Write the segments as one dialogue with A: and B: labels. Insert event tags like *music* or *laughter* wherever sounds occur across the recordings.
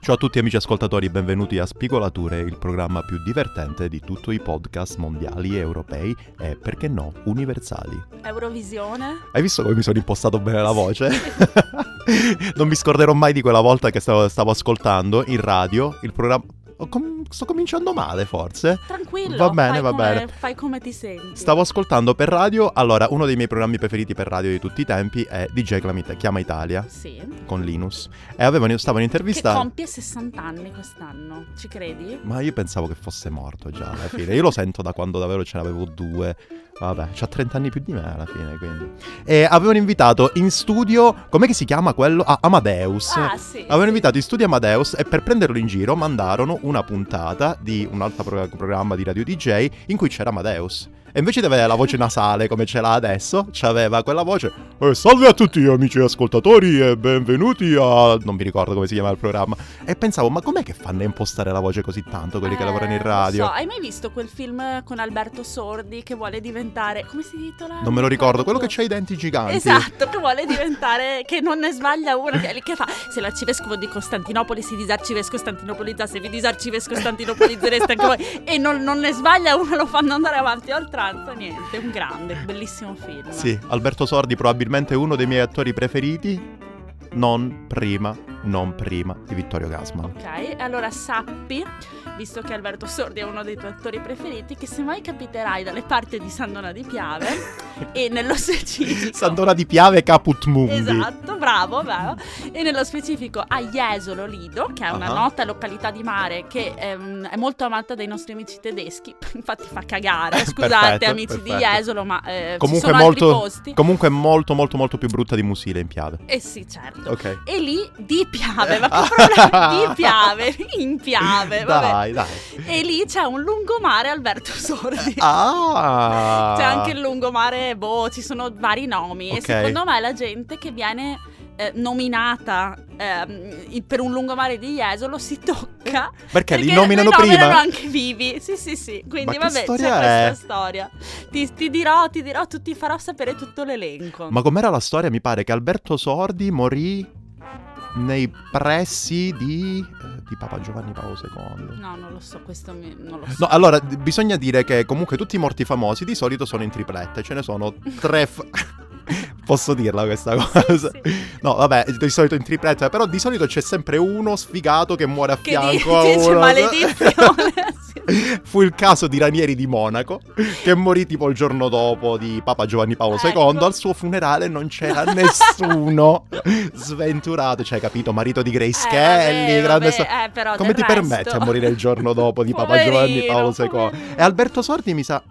A: Ciao a tutti amici ascoltatori e benvenuti a Spigolature, il programma più divertente di tutti i podcast mondiali, europei e perché no, universali.
B: Eurovisione?
A: Hai visto come mi sono impostato bene la voce? *laughs* non mi scorderò mai di quella volta che stavo, stavo ascoltando in radio il programma... Ho com- sto cominciando male forse.
B: Tranquillo.
A: Va bene,
B: fai
A: va
B: come-
A: bene.
B: Fai come ti senti.
A: Stavo ascoltando per radio, allora uno dei miei programmi preferiti per radio di tutti i tempi è DJ Clamita, Chiama Italia
B: Sì.
A: con Linus e avevano, stavano
B: Che
A: intervistando...
B: compie 60 anni quest'anno, ci credi?
A: Ma io pensavo che fosse morto già alla fine. Io lo sento da quando davvero ce n'avevo due. Vabbè, c'ha 30 anni più di me alla fine, quindi. E avevano invitato in studio. Com'è che si chiama quello? Ah, Amadeus.
B: Ah, sì.
A: Avevano
B: sì.
A: invitato in studio Amadeus e per prenderlo in giro mandarono una puntata di un altro pro- programma di Radio DJ in cui c'era Amadeus. E invece di avere la voce nasale come ce l'ha adesso, c'aveva quella voce. "Eh, salve a tutti amici ascoltatori e benvenuti a... Non mi ricordo come si chiama il programma. E pensavo, ma com'è che fanno a impostare la voce così tanto quelli che
B: Eh,
A: lavorano in
B: lo
A: radio?
B: so. Hai mai visto quel film con Alberto Sordi che vuole diventare. come si titola?
A: Non me lo ricordo, quello che
B: c'è
A: c'ha i denti giganti.
B: Esatto, che vuole diventare, che non ne sbaglia una, che, che fa, se l'arcivescovo di Costantinopoli si disarcivescostantinopolizzasse, vi disarcivescostantinopolizzereste anche voi, e non, non ne sbaglia una, lo fanno andare avanti a oltranza, niente, un grande, bellissimo film.
A: Sì, Alberto Sordi probabilmente uno dei miei attori preferiti. Non prima, non prima di Vittorio Gasman.
B: Ok, allora sappi, visto che Alberto Sordi è uno dei tuoi attori preferiti, che se mai capiterai dalle parti di Sandona
A: *laughs*
B: di Piave e nello specifico... *laughs*
A: Sandora di Piave Caput Mundi.
B: Esatto, bravo, bravo. E nello specifico a Jesolo Lido, che è una
A: Ah.
B: nota località di mare che ehm, è molto amata dai nostri amici tedeschi. *laughs* Infatti fa cagare,
A: *laughs*
B: scusate
A: Perfetto,
B: amici di
A: perfetto.
B: Jesolo, ma eh,
A: Comunque
B: ci sono
A: molto-
B: altri posti.
A: Comunque è molto molto molto più brutta di Musile in Piave.
B: eh sì, certo.
A: Ok.
B: E lì di piave, ma che
A: *laughs*
B: problema? Di piave, in piave, vabbè.
A: Dai,
B: *laughs*
A: dai.
B: E lì c'è un lungomare Alberto Sordi.
A: Ah!
B: C'è anche il lungomare, boh, ci sono vari nomi.
A: Ok.
B: E secondo me la gente che viene eh, nominata ehm, il- per un lungomare di Jesolo si tocca.
A: Perché li
B: perché
A: nominano
B: noi
A: prima?
B: nominano anche vivi. Sì, sì, sì. Quindi
A: che
B: vabbè, c'è
A: storia
B: questa
A: è?
B: storia. Ti, ti dirò, ti dirò, tu- ti farò sapere tutto l'elenco.
A: Ma com'era la storia? Mi pare che Alberto Sordi morì nei pressi di eh, di Papa Giovanni Paolo II.
B: No, non lo so, questo mi- non lo so.
A: *laughs* No, allora, d- bisogna dire che comunque tutti i morti famosi di solito sono in triplette, ce ne sono tre... f- *laughs* Posso dirla questa cosa?
B: Sì, sì.
A: No, vabbè, di solito in tripletta, però di solito c'è sempre uno sfigato che muore a
B: Che
A: fianco
B: di-
A: a
B: dice
A: uno. *laughs*
B: maledizione. Sì.
A: Fu il caso di Ranieri di Monaco, che morì tipo il giorno dopo di Papa Giovanni Paolo
B: Ecco.
A: II. Al suo funerale non
B: *laughs*
A: c'era nessuno sventurato, cioè, capito? Marito di Grace
B: Eh,
A: Kelly,
B: vabbè,
A: grande
B: vabbè,
A: sto-
B: eh, però
A: Come ti
B: del
A: permetti
B: resto-
A: a morire il giorno dopo di Papa
B: *laughs*
A: Giovanni
B: Poverino,
A: Paolo II?
B: poverino.
A: E Alberto Sordi mi sa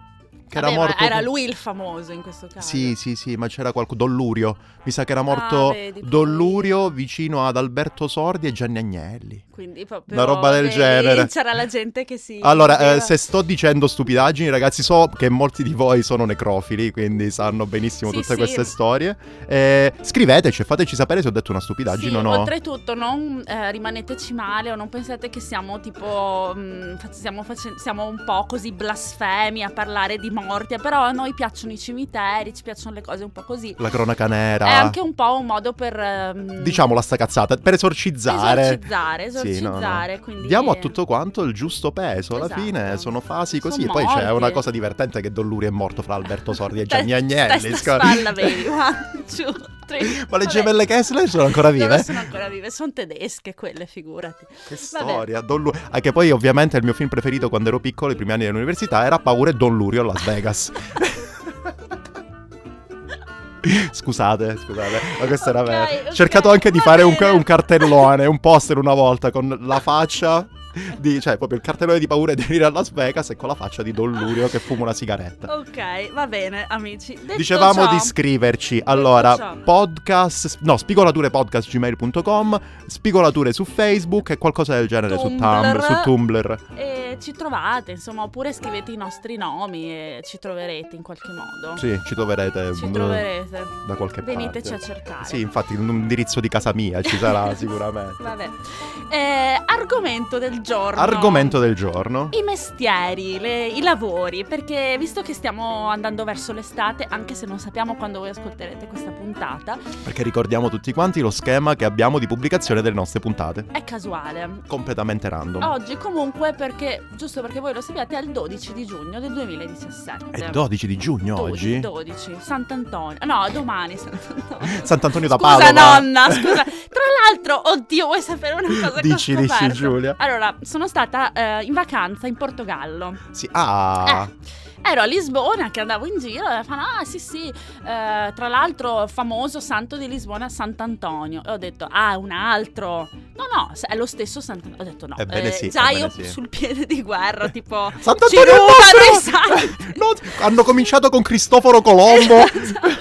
A: che era
B: Vabbè, ma
A: morto.
B: era lui il famoso in questo caso.
A: Sì, sì, sì, ma c'era qualcuno. Dollurio. Mi sa che
B: Ah,
A: era morto
B: vedi,
A: Dollurio vicino ad Alberto Sordi e Gianni Agnelli.
B: Quindi proprio
A: Una roba del
B: vedi,
A: genere.
B: C'era la gente che si
A: Allora, eh,
B: vedeva.
A: se sto dicendo stupidaggini, ragazzi, so che molti di voi sono necrofili, quindi sanno benissimo
B: Sì,
A: tutte
B: sì.
A: queste storie. Eh, scriveteci e fateci sapere se ho detto una
B: Sì,
A: stupidaggine o no.
B: oltretutto non eh, rimaneteci male o non pensate che siamo tipo mh, fac- stiamo, face- siamo un po' così blasfemi a parlare di morte, però a noi piacciono i cimiteri, ci piacciono le cose un po' così.
A: La cronaca nera.
B: È Eh, anche un po' un modo per ehm,
A: Diciamo la stacazzata, per esorcizzare.
B: esorcizzare,
A: Sì, no, no.
B: esorcizzare, quindi
A: Diamo a tutto quanto il giusto peso, alla
B: Esatto.
A: fine sono fasi così.
B: Sono
A: Poi c'è
B: morti.
A: una cosa divertente che Dolluri è morto fra Alberto Sordi e
B: *laughs* Te-
A: Gianni Agnelli.
B: testa,
A: scusa.
B: spalla, vedi, *laughs* one, two, three.
A: Ma le
B: Vabbè.
A: gemelle Kessler sono ancora
B: Loro
A: vive?
B: sono ancora vive, sono tedesche quelle, figurati.
A: Che storia, Don Lu- Ah, che poi ovviamente il mio film preferito quando ero piccolo, i primi anni dell'università, era Paura e Don Lurio a Las
B: *laughs*
A: Vegas. Scusate, scusate, ma questo era
B: Ok,
A: vero. Ho
B: ok,
A: cercato anche di
B: va
A: fare un, ca-
B: bene.
A: un cartellone, un poster una volta con la faccia di, cioè proprio il cartellone di paura di venire a Las Vegas e con la faccia di Don Lurio che fuma una sigaretta.
B: Ok, va bene, amici. Detto
A: Dicevamo
B: ciò-
A: di iscriverci. Allora,
B: ciò.
A: podcast, no, spigolaturepodcastgmail.com, spigolature su Facebook e qualcosa del genere su Tumblr,
B: Tumblr.
A: su Tumblr.
B: E eh, ci trovate, insomma, oppure scrivete i nostri nomi e ci troverete in qualche modo.
A: Sì, ci troverete
B: Ci
A: mm,
B: troverete.
A: da qualche parte.
B: Veniteci a cercare.
A: Sì,
B: *laughs*
A: infatti, un indirizzo di casa mia ci sarà sicuramente.
B: Vabbè. Eh, argomento del giorno.
A: Argomento del giorno.
B: I mestieri, le- i lavori, perché visto che stiamo andando verso l'estate, anche se non sappiamo quando voi ascolterete questa puntata,
A: Perché ricordiamo tutti quanti lo schema che abbiamo di pubblicazione delle nostre puntate.
B: è casuale.
A: Completamente random.
B: Oggi comunque perché, giusto perché voi lo sappiate, è il 12 di giugno del 2017.
A: È il 12 di giugno oggi.
B: 12, Sant'Antonio. No, domani Sant'Antonio.
A: Sant'Antonio da
B: Scusa
A: Padova.
B: nonna, scusa. Tra l'altro, oddio, vuoi sapere una cosa che ho
A: Dici, dici,
B: scoperto?
A: Giulia.
B: Allora, sono stata eh, in vacanza in Portogallo.
A: Sì. Ah.
B: Eh, ero a Lisbona che andavo in giro e fanno, ah sì sì, eh, tra l'altro famoso santo di Lisbona Sant'Antonio. E ho detto, ah un altro. No, no, se- è lo stesso Sant'Antonio. Ho detto no.
A: Ebbene
B: eh,
A: sì,
B: già
A: ebbene
B: io
A: sì.
B: sul piede di guerra,
A: *laughs*
B: tipo... *laughs* ci
A: Sant'Antonio è
B: rubano i
A: *laughs* nostro! No, hanno cominciato con Cristoforo
B: *laughs*
A: Colombo.
B: Esatto.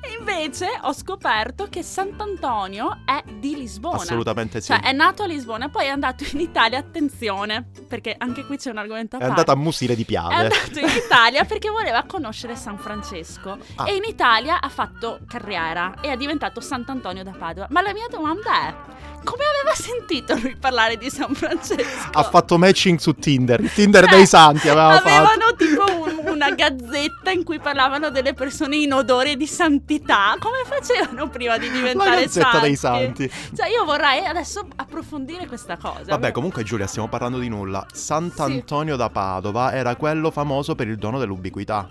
B: E invece ho scoperto che Sant'Antonio è di Lisbona.
A: *laughs* Assolutamente sì.
B: Cioè è nato a Lisbona, poi è andato in Italia, attenzione, perché anche qui c'è un argomento a
A: È
B: parte.
A: andata a musire di
B: È
A: piave.
B: andato in Italia perché voleva conoscere San Francesco
A: Ah.
B: e in Italia ha fatto carriera e è diventato Sant'Antonio da Padova. Ma la mia domanda è, come aveva sentito lui parlare di San Francesco?
A: *laughs* Ha fatto matching su Tinder. Il Tinder
B: Cioè,
A: dei santi aveva fatto.
B: Avevano tipo
A: *laughs*
B: un- una gazzetta in cui parlavano delle persone in odore di santità. Come facevano prima di
A: La
B: diventare
A: gazzetta
B: santi?
A: dei santi.
B: Cioè, io vorrei adesso approfondire questa cosa.
A: Vabbè, comunque Giulia, stiamo parlando di nulla. Sant'Antonio da Padova era quello famoso per il dono dell'ubiquità.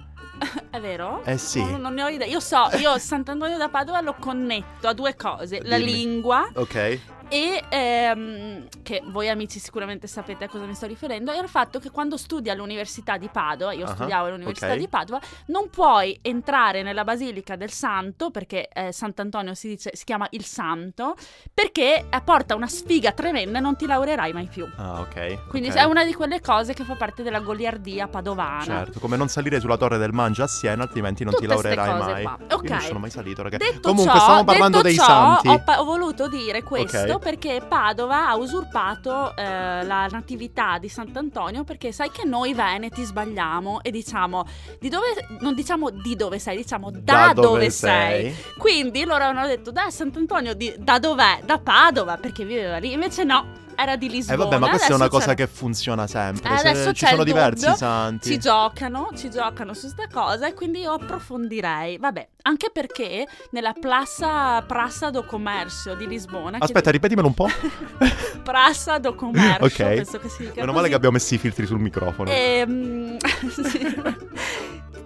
B: È vero?
A: Eh sì.
B: No, non ne ho idea. Io so, io *laughs* Sant'Antonio da Padova lo connetto a due cose: la
A: Dimmi.
B: lingua
A: Ok.
B: e ehm, che voi amici sicuramente sapete a cosa mi sto riferendo, e il fatto che quando studi all'Università di Padova, io
A: Ah,
B: studiavo all'Università
A: ok.
B: di Padova, non puoi entrare nella Basilica del Santo, perché eh, Sant'Antonio si, dice, si chiama il Santo, perché eh, porta una sfiga tremenda e non ti laureerai mai più.
A: Ah, ok.
B: Quindi
A: ok.
B: è una di quelle cose che fa parte della goliardia padovana.
A: Certo, come non salire sulla torre del Mangia a Siena, altrimenti non ti
B: Tutte ste
A: laureerai
B: cose
A: mai.
B: qua.
A: Io non
B: Ok.
A: sono mai salito, ragazzi.
B: Detto
A: Comunque,
B: ciò,
A: stiamo parlando
B: detto
A: dei
B: ciò,
A: santi.
B: Ho, pa- ho voluto dire questo
A: Ok.
B: perché Padova ha usurpato eh, la natività di Sant'Antonio perché sai che noi veneti sbagliamo e diciamo di dove non diciamo di dove sei, diciamo da, dove, sei. Quindi loro hanno detto "Dai Sant'Antonio di- da dov'è? Da Padova perché viveva lì". Invece no, era di
A: E
B: Lisbona.
A: Eh, vabbè, ma questa è una
B: Adesso
A: cosa
B: c'è-
A: che funziona sempre.
B: Eh,
A: Se-
B: adesso
A: ci
B: c'è
A: sono
B: il
A: diversi
B: dubbio,
A: santi.
B: ci giocano, ci giocano su sta cosa e quindi io approfondirei. Vabbè, anche perché nella Plaza Prassa do Commercio di Lisbona che-
A: Aspetta, ripetimelo un po'.
B: *laughs* Prassa do Commercio,
A: Ok.
B: penso che si dica
A: Meno male
B: così.
A: che abbiamo messo i filtri sul microfono.
B: Ehm, *laughs* sì.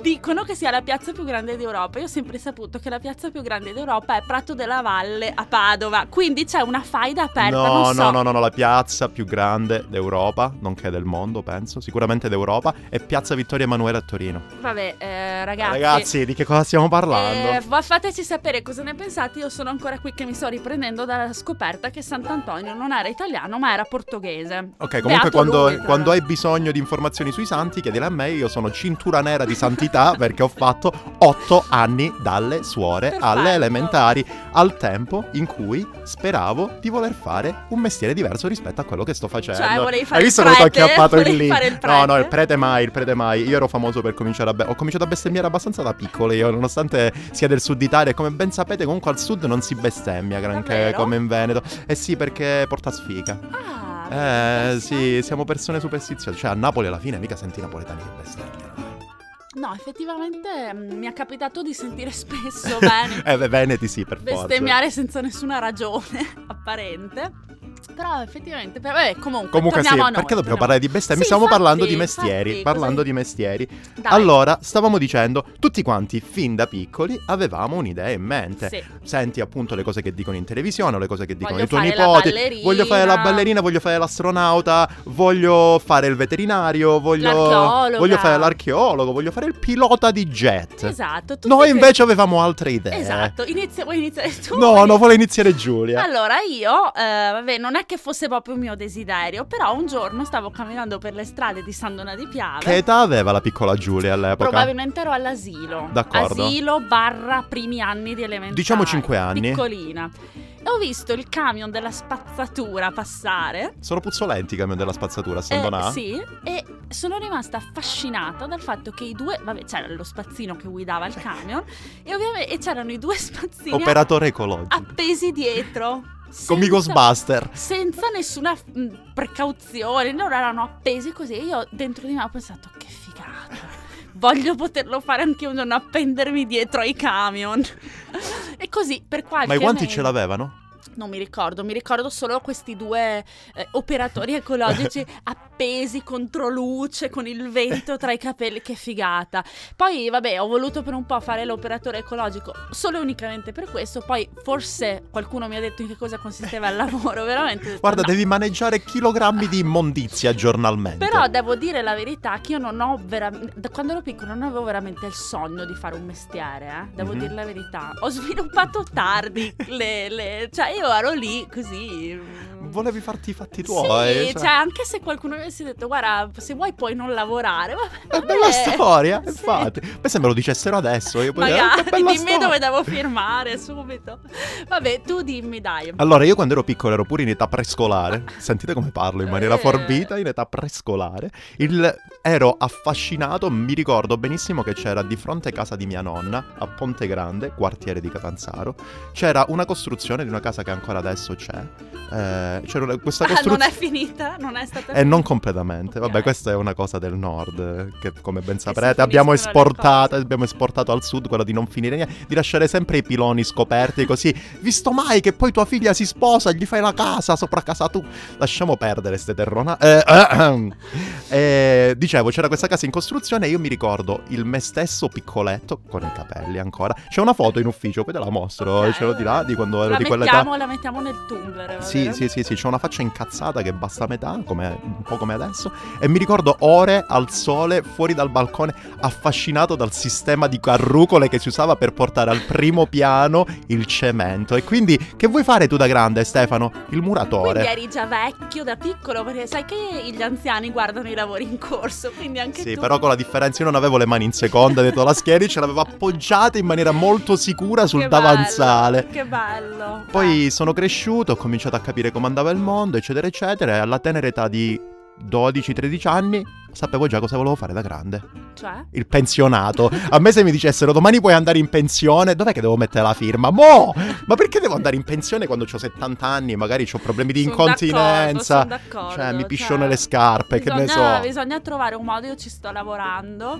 B: Dicono che sia la piazza più grande d'Europa. Io ho sempre saputo che la piazza più grande d'Europa è Prato della Valle a Padova. Quindi c'è una faida aperta.
A: No,
B: non so.
A: no, no, no, no, la piazza più grande d'Europa, nonché del mondo, penso, sicuramente d'Europa, è Piazza Vittorio Emanuele a Torino.
B: Vabbè, eh,
A: Ragazzi, di che cosa stiamo parlando?
B: Eh, va- fateci sapere cosa ne pensate. Io sono ancora qui che mi sto riprendendo dalla scoperta che Sant'Antonio non era italiano, ma era portoghese.
A: Ok, comunque
B: Beato
A: quando,
B: lui, tra
A: quando
B: l'altro.
A: hai bisogno di informazioni sui santi, chiedile a me, io sono cintura nera di
B: *laughs*
A: santità perché ho fatto otto anni dalle suore alle
B: Perfetto.
A: elementari, al tempo in cui speravo di voler fare un mestiere diverso rispetto a quello che sto facendo.
B: Cioè, volevi fare
A: Hai visto
B: il
A: come ti ho
B: prete?
A: acchiappato in
B: Volevi
A: lì?
B: fare il
A: no, no,
B: prete?
A: il prete mai, il prete mai. Io ero famoso per cominciare a... be- ho cominciato a bestemmiare abbastanza da piccolo io, nonostante sia del sud Italia, e come ben sapete comunque al sud non si bestemmia granché
B: Davvero?
A: come in Veneto. Eh sì, perché porta sfiga.
B: Ah,
A: Eh sì, siamo persone superstiziose. Cioè a Napoli alla fine mica senti i napoletani che bestemmiano.
B: No, effettivamente mm, mi è capitato di sentire spesso *laughs* bene
A: Eh, beh, Veneti sì, per forza.
B: bestemmiare senza nessuna ragione *laughs* apparente. Però effettivamente, per- vabbè, comunque,
A: Comunque sì,
B: torniamo a noi,
A: perché dobbiamo
B: torniamo-
A: parlare di bestemmie?
B: Sì,
A: Stiamo
B: infatti,
A: parlando di
B: infatti,
A: mestieri,
B: cosa-
A: parlando di mestieri.
B: Dai,
A: Allora, stavamo dicendo, tutti quanti fin da piccoli avevamo un'idea in mente.
B: sì.
A: Senti appunto le cose che dicono in televisione, le cose che dicono
B: Voglio
A: i tuoi
B: fare la
A: nipoti.
B: ballerina.
A: voglio fare la ballerina, voglio fare l'astronauta, voglio fare il veterinario, voglio
B: L'archeologa.
A: voglio fare l'archeologo, voglio fare il pilota di jet.
B: Esatto. tutte
A: Noi
B: queste-
A: invece avevamo altre idee.
B: Esatto, inizia, vuoi iniziare tu?
A: No, no, vuole iniziare Giulia.
B: Allora io, eh, vabbè, non è che fosse proprio un mio desiderio, però un giorno stavo camminando per le strade di San Donà di Piave.
A: Che età aveva la piccola Giulia all'epoca?
B: Probabilmente ero all'asilo.
A: D'accordo.
B: Asilo barra primi anni di elementare.
A: Diciamo cinque anni.
B: Piccolina. E ho visto il camion della spazzatura passare.
A: Sono puzzolenti i camion della spazzatura, a San
B: Eh,
A: Donà?
B: sì, e sono rimasta affascinata dal fatto che i due, vabbè, c'era lo spazzino che
A: *laughs*
B: guidava il camion e ovviamente e c'erano i due spazzini Ah,
A: Operatore ecologico.
B: appesi dietro.
A: con i Ghostbuster.
B: senza nessuna mh, precauzione. Loro erano appesi così e io dentro di me ho pensato che figata. Voglio poterlo fare anche io, non appendermi dietro ai camion. e così per qualche
A: Ma i guanti
B: mese-
A: ce l'avevano?
B: Non mi ricordo, mi ricordo solo questi due eh, operatori
A: *laughs*
B: ecologici appesi contro luce con il vento tra i capelli, che figata. Poi vabbè, ho voluto per un po' fare l'operatore ecologico solo e unicamente per questo, poi forse qualcuno mi ha detto in che cosa consisteva il lavoro, veramente. ho detto,
A: Guarda,
B: "No".
A: devi maneggiare chilogrammi di immondizia giornalmente.
B: Però devo dire la verità che io non ho veramente, da quando ero piccola non avevo veramente il sogno di fare un mestiere, eh. devo
A: Mhm.
B: dire la verità. Ho sviluppato tardi, le, le- cioè io ero lì così. mm.
A: Volevi farti i fatti
B: Sì,
A: tuoi.
B: cioè, anche se qualcuno mi avesse detto guarda se vuoi puoi non lavorare, vabbè,
A: È bella
B: eh,
A: storia,
B: sì.
A: infatti. Poi se me lo dicessero adesso, io poi direi, "Ah, che
B: Magari,
A: bella
B: dimmi
A: storia".
B: dove devo firmare subito. Vabbè, tu dimmi dai.
A: Allora, io quando ero piccolo ero pure in età prescolare. Sentite come parlo in maniera
B: Eh.
A: forbita, in età prescolare. Il- Ero affascinato, mi ricordo benissimo che c'era di fronte a casa di mia nonna, a Ponte Grande, quartiere di Catanzaro, c'era una costruzione di una casa che ancora adesso c'è. Eh, c'era una- questa
B: Ah, non
A: costruzione...
B: è finita? Non è stata
A: E Eh, non completamente,
B: Ok.
A: vabbè questa è una cosa del nord eh, che come ben
B: finiscono
A: saprete abbiamo
B: le
A: esportato,
B: cose.
A: abbiamo esportato al sud quella di non finire niente, di lasciare sempre i piloni scoperti così, visto mai che poi tua figlia si sposa, gli fai la casa sopra casa tu, lasciamo perdere ste terrona. Eh, ehm. Eh, dicevo c'era questa casa in costruzione e io mi ricordo il me stesso piccoletto con i capelli ancora, c'è una foto in ufficio, poi te la mostro,
B: Ok.
A: ce l'ho di là di quando ero
B: la
A: di quell'età.
B: mettiamo, la mettiamo nel Tumblr. va
A: Sì,
B: bene?
A: sì, sì, sì, c'ho una faccia incazzata che basta a metà, come- un po' come adesso, e mi ricordo ore al sole fuori dal balcone, affascinato dal sistema di carrucole che si usava per portare al primo piano il cemento. E quindi che vuoi fare tu da grande, Stefano? Il
B: Quindi
A: muratore.
B: eri già vecchio da piccolo, perché sai che gli anziani guardano i lavori in corso, quindi anche
A: Sì,
B: tu.
A: però con la differenza io non avevo le mani in seconda dietro la schiena, ce l'avevo appoggiata in maniera molto sicura sul
B: Che bello,
A: davanzale.
B: che bello.
A: Poi sono cresciuto, ho cominciato a capire come andava il mondo, eccetera, eccetera, e alla tenera età di 12-13 anni sapevo già cosa volevo fare da grande.
B: Eh, cioè,
A: Il pensionato. A me se mi dicessero domani puoi andare in pensione, dov'è che devo mettere la firma? Mo! Ma perché devo andare in pensione quando ho 70 anni, magari ho problemi di
B: Son
A: incontinenza?
B: d'accordo, son d'accordo,
A: Cioè, mi piscio
B: cioè,
A: nelle scarpe, che ne
B: bisogna-
A: so.
B: Bisogna trovare un modo, io ci sto lavorando,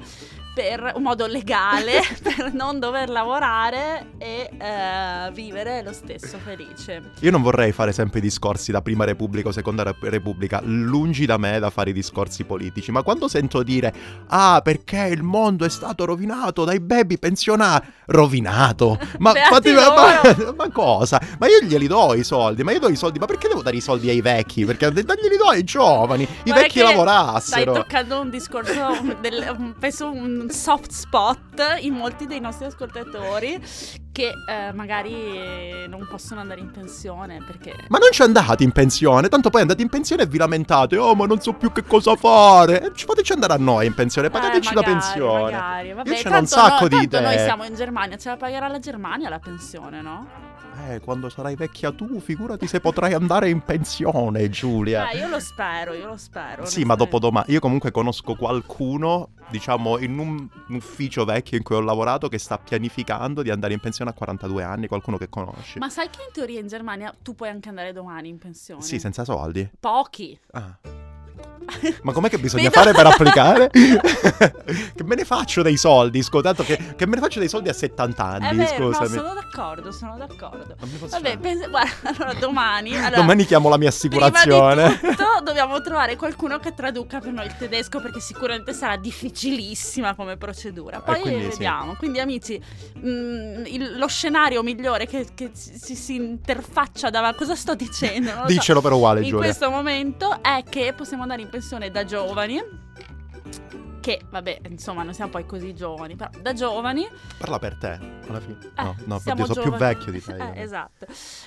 B: per un modo legale
A: *laughs*
B: per non dover lavorare e eh, vivere lo stesso felice.
A: Io non vorrei fare sempre i discorsi da prima repubblica o seconda Re- repubblica, lungi da me da fare i discorsi politici, ma quando sento dire ah perché il mondo è stato rovinato dai baby pensionati, rovinato,
B: *laughs*
A: ma,
B: Beati
A: ma- *laughs* ma cosa? Ma io glieli do i soldi, ma io do i soldi, ma perché devo dare i soldi ai vecchi? Perché de- glieli do ai giovani, i
B: Guarda
A: vecchi
B: che Stai
A: lavorassero.
B: toccando un discorso, un- del- un- penso un soft spot in molti dei nostri ascoltatori che eh, magari non possono andare in pensione perché...
A: Ma non ci andate in pensione, tanto poi andate in pensione e vi lamentate, oh ma non so più che cosa fare, Eh, ci fateci andare a noi in pensione, pagateci
B: Eh,
A: la
B: magari,
A: pensione.
B: Magari, vabbè,
A: Io ce n'ho un
B: tanto
A: sacco
B: no-
A: di
B: tanto noi
A: idee.
B: siamo in Germania, ce la pagherà la Germania la pensione, no?
A: Eh, quando sarai vecchia tu, figurati se potrai andare in pensione, Giulia.
B: Eh, io lo spero, io lo spero.
A: Sì, ma dopo
B: onestamente.
A: domani. Io comunque conosco qualcuno, diciamo, in un un ufficio vecchio in cui ho lavorato che sta pianificando di andare in pensione a 42 anni, qualcuno che conosci.
B: Ma sai che in teoria in Germania tu puoi anche andare domani in pensione?
A: Sì, senza soldi.
B: Pochi. *laughs*
A: Ah. Ma com'è che bisogna
B: Vedo- *laughs*
A: fare per applicare? *laughs* che me ne faccio dei soldi, scusa, tanto che, che me ne faccio dei soldi a 70 anni,
B: È vero, no,
A: scusami.
B: sono d'accordo, sono d'accordo.
A: Non mi posso
B: Vabbè,
A: fare.
B: pensa- *laughs* guarda, allora domani... Allora,
A: Domani chiamo la mia assicurazione.
B: Prima di tutto dobbiamo trovare qualcuno che traduca per noi il tedesco perché sicuramente sarà difficilissima come procedura.
A: Eh,
B: Poi
A: quindi sì.
B: vediamo. Quindi amici, mh, il- lo scenario migliore che, che si, si- si interfaccia davanti... Cosa sto dicendo? Non lo so.
A: Dicelo per uguale,
B: in
A: Giulia.
B: questo momento è che possiamo andare in pensione da giovani. Che vabbè, insomma, non siamo poi così giovani, però da giovani
A: Parla per te, alla fine. No,
B: eh,
A: no,
B: siamo
A: perché sono più
B: giovani.
A: vecchio di te. io.
B: *laughs* Eh, esatto.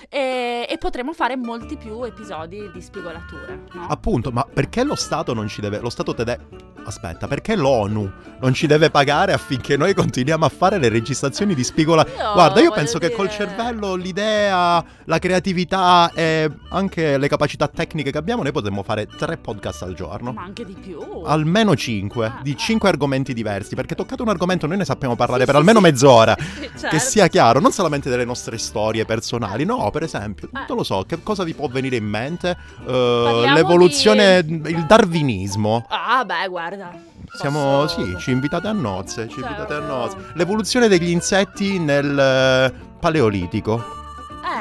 B: E, e potremo fare molti più episodi di spigolature, no?
A: Appunto, ma perché lo Stato non ci deve. Lo Stato tedesco. Aspetta, perché l'ONU non ci deve pagare affinché noi continuiamo a fare le registrazioni di spigola? Guarda, io
B: voglio
A: penso che col
B: dire-
A: cervello, l'idea, la creatività e anche le capacità tecniche che abbiamo, noi potremmo fare tre podcast al giorno.
B: Ma anche di più.
A: Almeno cinque.
B: Ah,
A: di cinque argomenti diversi, perché toccato un argomento noi ne sappiamo parlare
B: Sì,
A: per
B: sì,
A: almeno
B: sì. *laughs*
A: mezz'ora.
B: Certo.
A: Che sia chiaro, non solamente delle nostre storie personali, no, per esempio,
B: Eh.
A: non lo so, che cosa vi può venire in mente? Eh,
B: Parliamo
A: l'evoluzione, mm,
B: di-
A: il darwinismo.
B: Ah, beh, guarda.
A: Siamo,
B: Posso-
A: sì, ci invitate a nozze, ci
B: Cioè,
A: invitate a
B: proprio-
A: nozze. L'evoluzione degli insetti nel eh, paleolitico.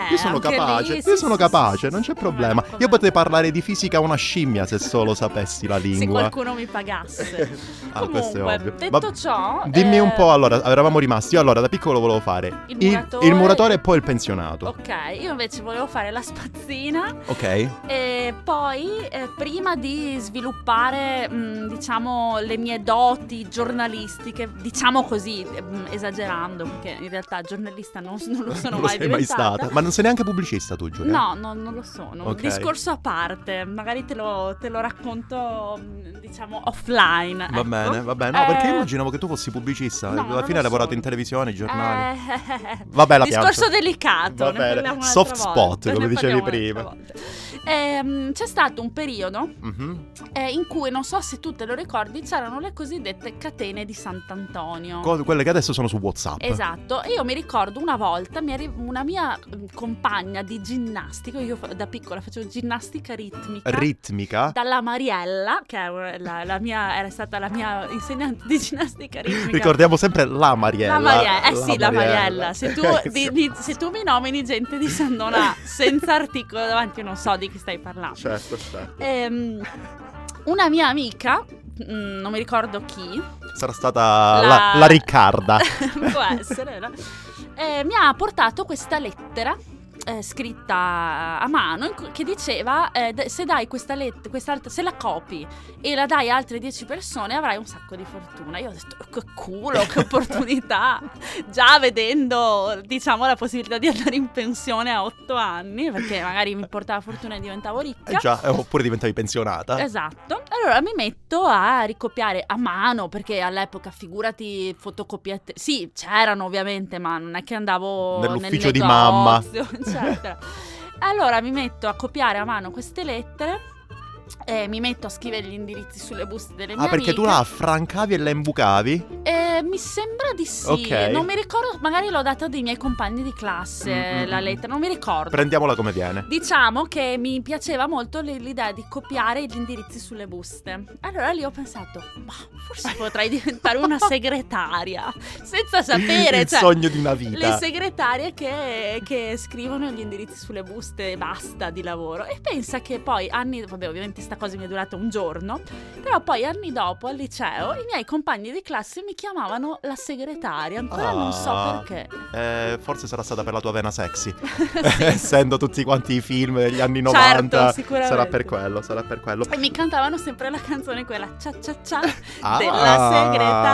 B: Eh,
A: Io sono
B: anche
A: capace,
B: lì, sì,
A: io sono
B: sì,
A: capace,
B: sì,
A: non
B: sì,
A: c'è
B: ecco. sì,
A: problema.
B: come-
A: Io potrei parlare di fisica a una scimmia se solo sapessi la
B: *laughs* Se
A: lingua.
B: qualcuno mi pagasse.
A: *laughs* Ah, questo è
B: Comunque,
A: ovvio.
B: detto
A: Va-
B: ciò,
A: Dimmi
B: eh,
A: un po', allora, eravamo rimasti. Io allora da piccolo volevo fare
B: Il
A: il,
B: muratore.
A: il muratore e poi il pensionato.
B: Ok, io invece volevo fare la spazzina
A: Ok.
B: e poi eh, prima di sviluppare, mh, diciamo, le mie doti giornalistiche, diciamo così, mh, esagerando, perché in realtà giornalista non,
A: *laughs*
B: non lo sono
A: non lo
B: mai
A: sei mai
B: diventata.
A: stata. Ma non sei neanche pubblicista tu, Giulia?
B: No, no, non lo sono.
A: Ok.
B: Discorso a parte, magari te lo, te lo racconto, mh, diciamo, offline.
A: Va
B: ecco.
A: bene, va bene. No, perché io
B: Eh,
A: immaginavo che tu fossi pubblicista.
B: no, non
A: Alla fine
B: lo
A: hai lavorato
B: sono.
A: in televisione, ai giornali.
B: Eh,
A: Vabbè, la pianto.
B: Discorso delicato,
A: Va
B: ne
A: bene.
B: parliamo un'altra
A: Soft
B: volta,
A: spot,
B: *laughs*
A: come
B: ne
A: dicevi
B: parliamo
A: prima.
B: un'altra volta. Ehm, c'è stato un periodo
A: Mhm.
B: eh, in cui, non so se tu te lo ricordi, c'erano le cosiddette catene di Sant'Antonio.
A: Co- Quelle che adesso sono su WhatsApp.
B: Esatto, e io mi ricordo una volta mi arri- una mia mm, compagna di ginnastica, io fa- da piccola facevo ginnastica ritmica.
A: Ritmica.
B: dalla Mariella, che è una- la, la mia, era stata la mia insegnante di ginnastica ritmica.
A: Ricordiamo sempre la Mariella.
B: La Mariella, eh sì, la Mariella. Se tu, *laughs*
A: Ok,
B: di-
A: *laughs* sì.
B: di- se tu mi nomini gente di Sandona senza articolo davanti, io non so di chi stai parlando.
A: Certo, certo.
B: Ehm, una mia amica, mm, non mi ricordo chi,
A: Sarà stata la,
B: La-
A: la Riccarda.
B: *laughs* può essere, no? Eh, mi ha portato questa lettera. eh, scritta a mano in cui- che diceva eh, de- se dai questa lettera se la copi e la dai a altre 10 persone avrai un sacco di fortuna io ho detto che culo che opportunità *laughs* già vedendo diciamo la possibilità di andare in pensione a 8 anni perché magari mi portava fortuna e diventavo
A: Eh
B: ricca
A: già, eh, oppure diventavi pensionata.
B: Esatto. Allora mi metto a ricopiare a mano perché all'epoca, figurati, fotocopiate. Sì, c'erano ovviamente, ma non è che andavo nel
A: Nell'ufficio di
B: negozio, *laughs* eccetera. Allora mi metto a copiare a mano queste lettere. E mi metto a scrivere gli indirizzi sulle buste delle mie
A: ah, perché tu
B: amiche.
A: la affrancavi e la imbucavi?
B: Eh, mi sembra di sì.
A: Ok.
B: Non mi ricordo, magari l'ho data dei miei compagni di classe
A: Mm, mm,
B: la
A: mm.
B: lettera, non mi ricordo.
A: Prendiamola come viene.
B: Diciamo che mi piaceva molto l- l'idea di copiare gli indirizzi sulle buste. Allora lì ho pensato, ma forse potrei
A: *laughs*
B: diventare una segretaria, senza sapere,
A: Il
B: cioè,
A: sogno di una vita.
B: le segretarie che, che scrivono gli indirizzi sulle buste e basta di lavoro. E pensa che poi anni, vabbè ovviamente sta cosa mi è durata un giorno, però poi anni dopo al liceo i miei compagni di classe mi chiamavano la segretaria, ancora non so
A: Ah.
B: perché. *laughs*
A: Eh, forse sarà stata per la tua vena sexy.
B: Sì.
A: *laughs* Essendo tutti quanti i film degli anni
B: Certo,
A: 90, sarà
B: sicuramente.
A: per quello, sarà per quello.
B: E mi cantavano sempre la canzone quella cia cia cia
A: Ah.
B: della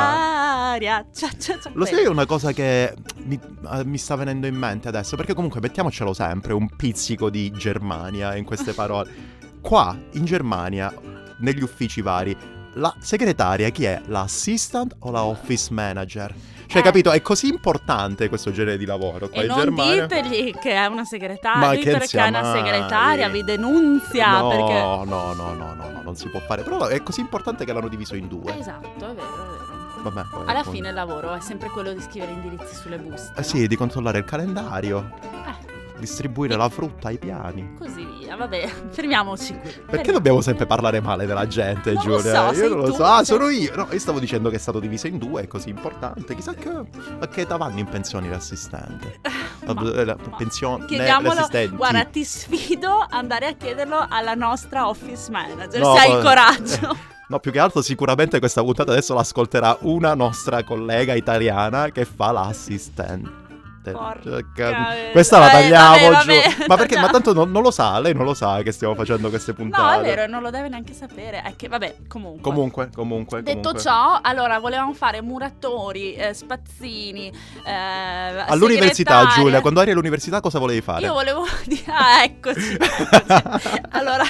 B: segretaria cia cia cia.
A: Lo sai una cosa che mi, eh, mi sta venendo in mente adesso? Perché comunque mettiamocelo sempre un pizzico di Germania in
B: *laughs*
A: queste parole. Qua in Germania, negli uffici vari, la segretaria chi è? La assistant o la office manager? Cioè,
B: Eh.
A: capito? È così importante questo genere di lavoro qua
B: E
A: in
B: non
A: Germania.
B: ditegli che è una segretaria,
A: Ma che
B: ditele che è una
A: ziamari.
B: segretaria, vi denunzia
A: no,
B: perché...
A: no, no, no, no, no, non si può fare. Però è così importante che l'hanno diviso in due.
B: Esatto, è vero, è vero.
A: Vabbè, poi-
B: Alla
A: poi-
B: fine il lavoro è sempre quello di scrivere indirizzi sulle buste.
A: Eh sì, di controllare il calendario,
B: no? Eh,
A: distribuire la frutta ai piani.
B: così via, vabbè, *laughs* fermiamoci qui.
A: Perché dobbiamo sempre parlare male della gente,
B: Non lo
A: Giulia?
B: so,
A: io
B: sei
A: non lo
B: tu,
A: so. Ah,
B: sei
A: sono
B: tu.
A: io. No, io stavo dicendo che è stato diviso in due, è così importante. Chissà che, a che età vanno in pensione l'assistente.
B: Ma-
A: Eh, la-
B: ma-
A: pensione,
B: Chiediamolo,
A: l'assistente.
B: guarda, ti sfido ad andare a chiederlo alla nostra office manager,
A: No,
B: se hai
A: ma- *laughs*
B: il coraggio.
A: No, più che altro sicuramente questa puntata adesso l'ascolterà una nostra collega italiana che fa l'assistente. Cioè,
B: Porca
A: Questa la
B: miseria.
A: tagliamo
B: Eh, vabbè,
A: giù.
B: vabbè,
A: Ma
B: *laughs*
A: perché? Ma
B: tagliamo.
A: tanto non, non lo sa, lei non lo sa che stiamo facendo queste
B: No,
A: puntate.
B: è vero, non lo deve neanche sapere. È che, vabbè, comunque.
A: Comunque, comunque.
B: Detto
A: comunque.
B: ciò, allora volevamo fare muratori, eh, spazzini. eh,
A: All'università,
B: segretarie.
A: Giulia, quando eri all'università cosa volevi fare? *laughs*
B: Io volevo *laughs* dire. Ah, eccoci. eccoci. allora.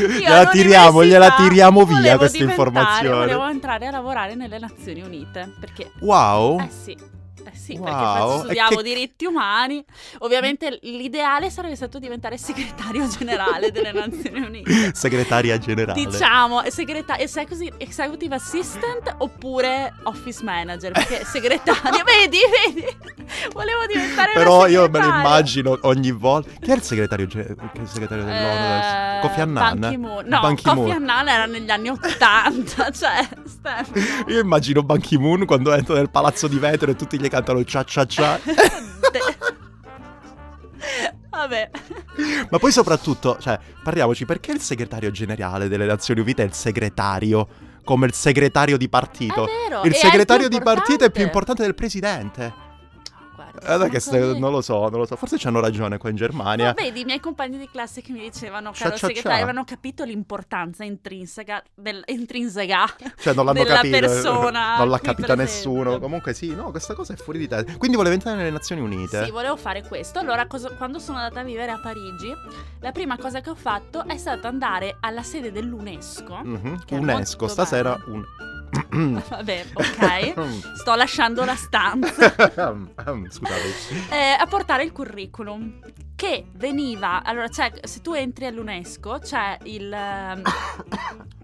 B: io
A: Gliela tiriamo,
B: all'università
A: gliela tiriamo via
B: volevo
A: questa
B: diventare-
A: informazione.
B: Volevo entrare a lavorare nelle Nazioni Unite. Perché.
A: Wow!
B: Eh sì. Eh sì,
A: Uh. Wow,
B: perché infatti
A: e
B: studiavo
A: che-
B: diritti umani. Ovviamente l'ideale sarebbe stato diventare segretario generale delle Nazioni Unite.
A: Segretaria generale.
B: Diciamo, segreta- executive, executive assistant oppure office
A: *laughs*
B: manager, perché segretario, vedi, vedi, volevo diventare una
A: Però io me lo
B: segretaria.
A: immagino ogni volta. Chi è il segretario, gen- che è il segretario dell'ONU?
B: Eh,
A: adesso? Kofi Annan?
B: Ban Ki-moon. No,
A: Ban Ki-moon.
B: Kofi Annan era negli anni Ottanta, *laughs* cioè,
A: *laughs*
B: Stefano.
A: Io immagino Ban Ki-moon quando entra nel palazzo di vetro e tutti gli cantano cia cia
B: *laughs*
A: cia.
B: De- Vabbè.
A: Ma poi soprattutto, cioè, parliamoci, perché il segretario generale delle Nazioni Unite è il segretario? Come il segretario di partito.
B: È vero,
A: il
B: e è
A: segretario
B: il più
A: di partito è più importante
B: importante.
A: del presidente.
B: Guarda,
A: Guarda che
B: sono
A: se-
B: cose-
A: non lo so, non lo so. Forse c'hanno ragione qua in Germania.
B: Ma vedi, i miei compagni di classe che mi dicevano,
A: Cia,
B: caro
A: cia,
B: segretario,
A: cia.
B: avevano capito l'importanza intrinseca, del- intrinseca
A: Cioè, non l'hanno
B: della
A: capito. eh,
B: persona
A: non l'ha
B: qui
A: capita
B: presente.
A: nessuno. Comunque, sì, no, questa cosa è fuori di testa. Quindi voleva entrare nelle Nazioni Unite.
B: Sì, volevo fare questo. Allora, cosa- quando sono andata a vivere a Parigi, la prima cosa che ho fatto è stata andare alla sede dell'UNESCO.
A: Mhm.
B: Che è
A: UNESCO,
B: molto
A: stasera un. *coughs* *laughs*
B: Vabbè, *laughs* ok. Sto lasciando la stanza.
A: *coughs* Scusate. *coughs*
B: Eh, a portare il curriculum che veniva allora cioè, se tu entri all'UNESCO c'è il ehm,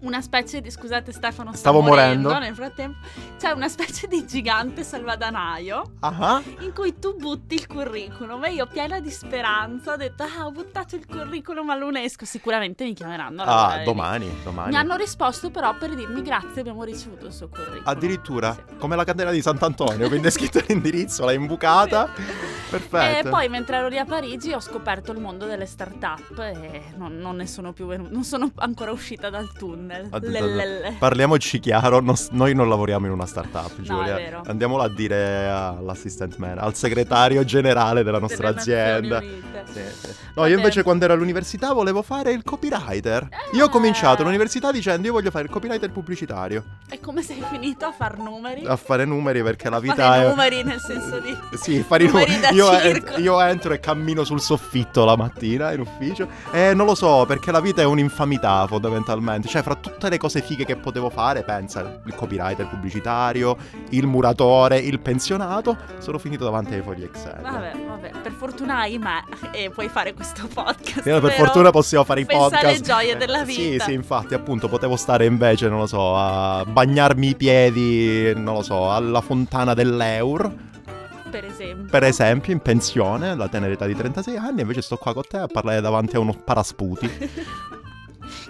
B: una specie di scusate Stefano sta
A: Stavo morendo.
B: nel frattempo c'è una specie di gigante salvadanaio
A: Ah,
B: in cui tu butti il curriculum e io piena di speranza ho detto ah ho buttato il curriculum all'UNESCO sicuramente mi chiameranno a
A: ah,
B: lavorare lì."
A: domani, domani.
B: mi hanno risposto però per dirmi grazie abbiamo ricevuto il suo curriculum
A: Addirittura,
B: Sì.
A: come la candela di Sant'Antonio, quindi è scritto l'indirizzo, l'hai imbucata. Perfetto.
B: E Eh, poi mentre ero lì a Parigi ho scoperto il mondo delle start-up e non, non ne sono più venuta, non sono ancora uscita dal tunnel.
A: Ah, d- d-
B: Lelele.
A: Parliamoci chiaro, nos- noi non lavoriamo in una startup, Giulia.
B: è vero.
A: Andiamolo a dire all'assistant man, al segretario generale della
B: Delle
A: nostra
B: Nazioni
A: azienda.
B: Unite.
A: Sì, sì. No,
B: Va
A: io invece
B: bene.
A: quando ero all'università volevo fare il copywriter. Io ho
B: Ah.
A: cominciato all'università dicendo io voglio fare il copywriter pubblicitario,
B: E come sei finito a far numeri?
A: a fare numeri perché la
B: A
A: vita
B: fare
A: è...
B: numeri nel senso di...
A: *laughs* Sì, fare i
B: numeri
A: numeri.
B: da
A: Io,
B: circo.
A: en- io entro e cammino sul soffitto la mattina in ufficio. E non lo so, perché la vita è un'infamità fondamentalmente. Cioè, fra tutte le cose fighe che potevo fare, pensa, il copywriter pubblicitario, il muratore, il pensionato, sono finito davanti ai fogli Excel.
B: Vabbè, vabbè, per fortuna hai me e puoi fare questo podcast.
A: Sì, no, per
B: però
A: fortuna possiamo fare i
B: pensa
A: podcast.
B: alle gioie della
A: Eh,
B: vita.
A: Sì, sì, infatti, appunto, potevo stare invece, non lo so, a bagnarmi i piedi, non lo so, alla fontana dell'Eur,
B: Per esempio.
A: per esempio, in pensione, alla tenera età di 36 anni, invece sto qua con te a parlare davanti a uno
B: *laughs*
A: parasputi.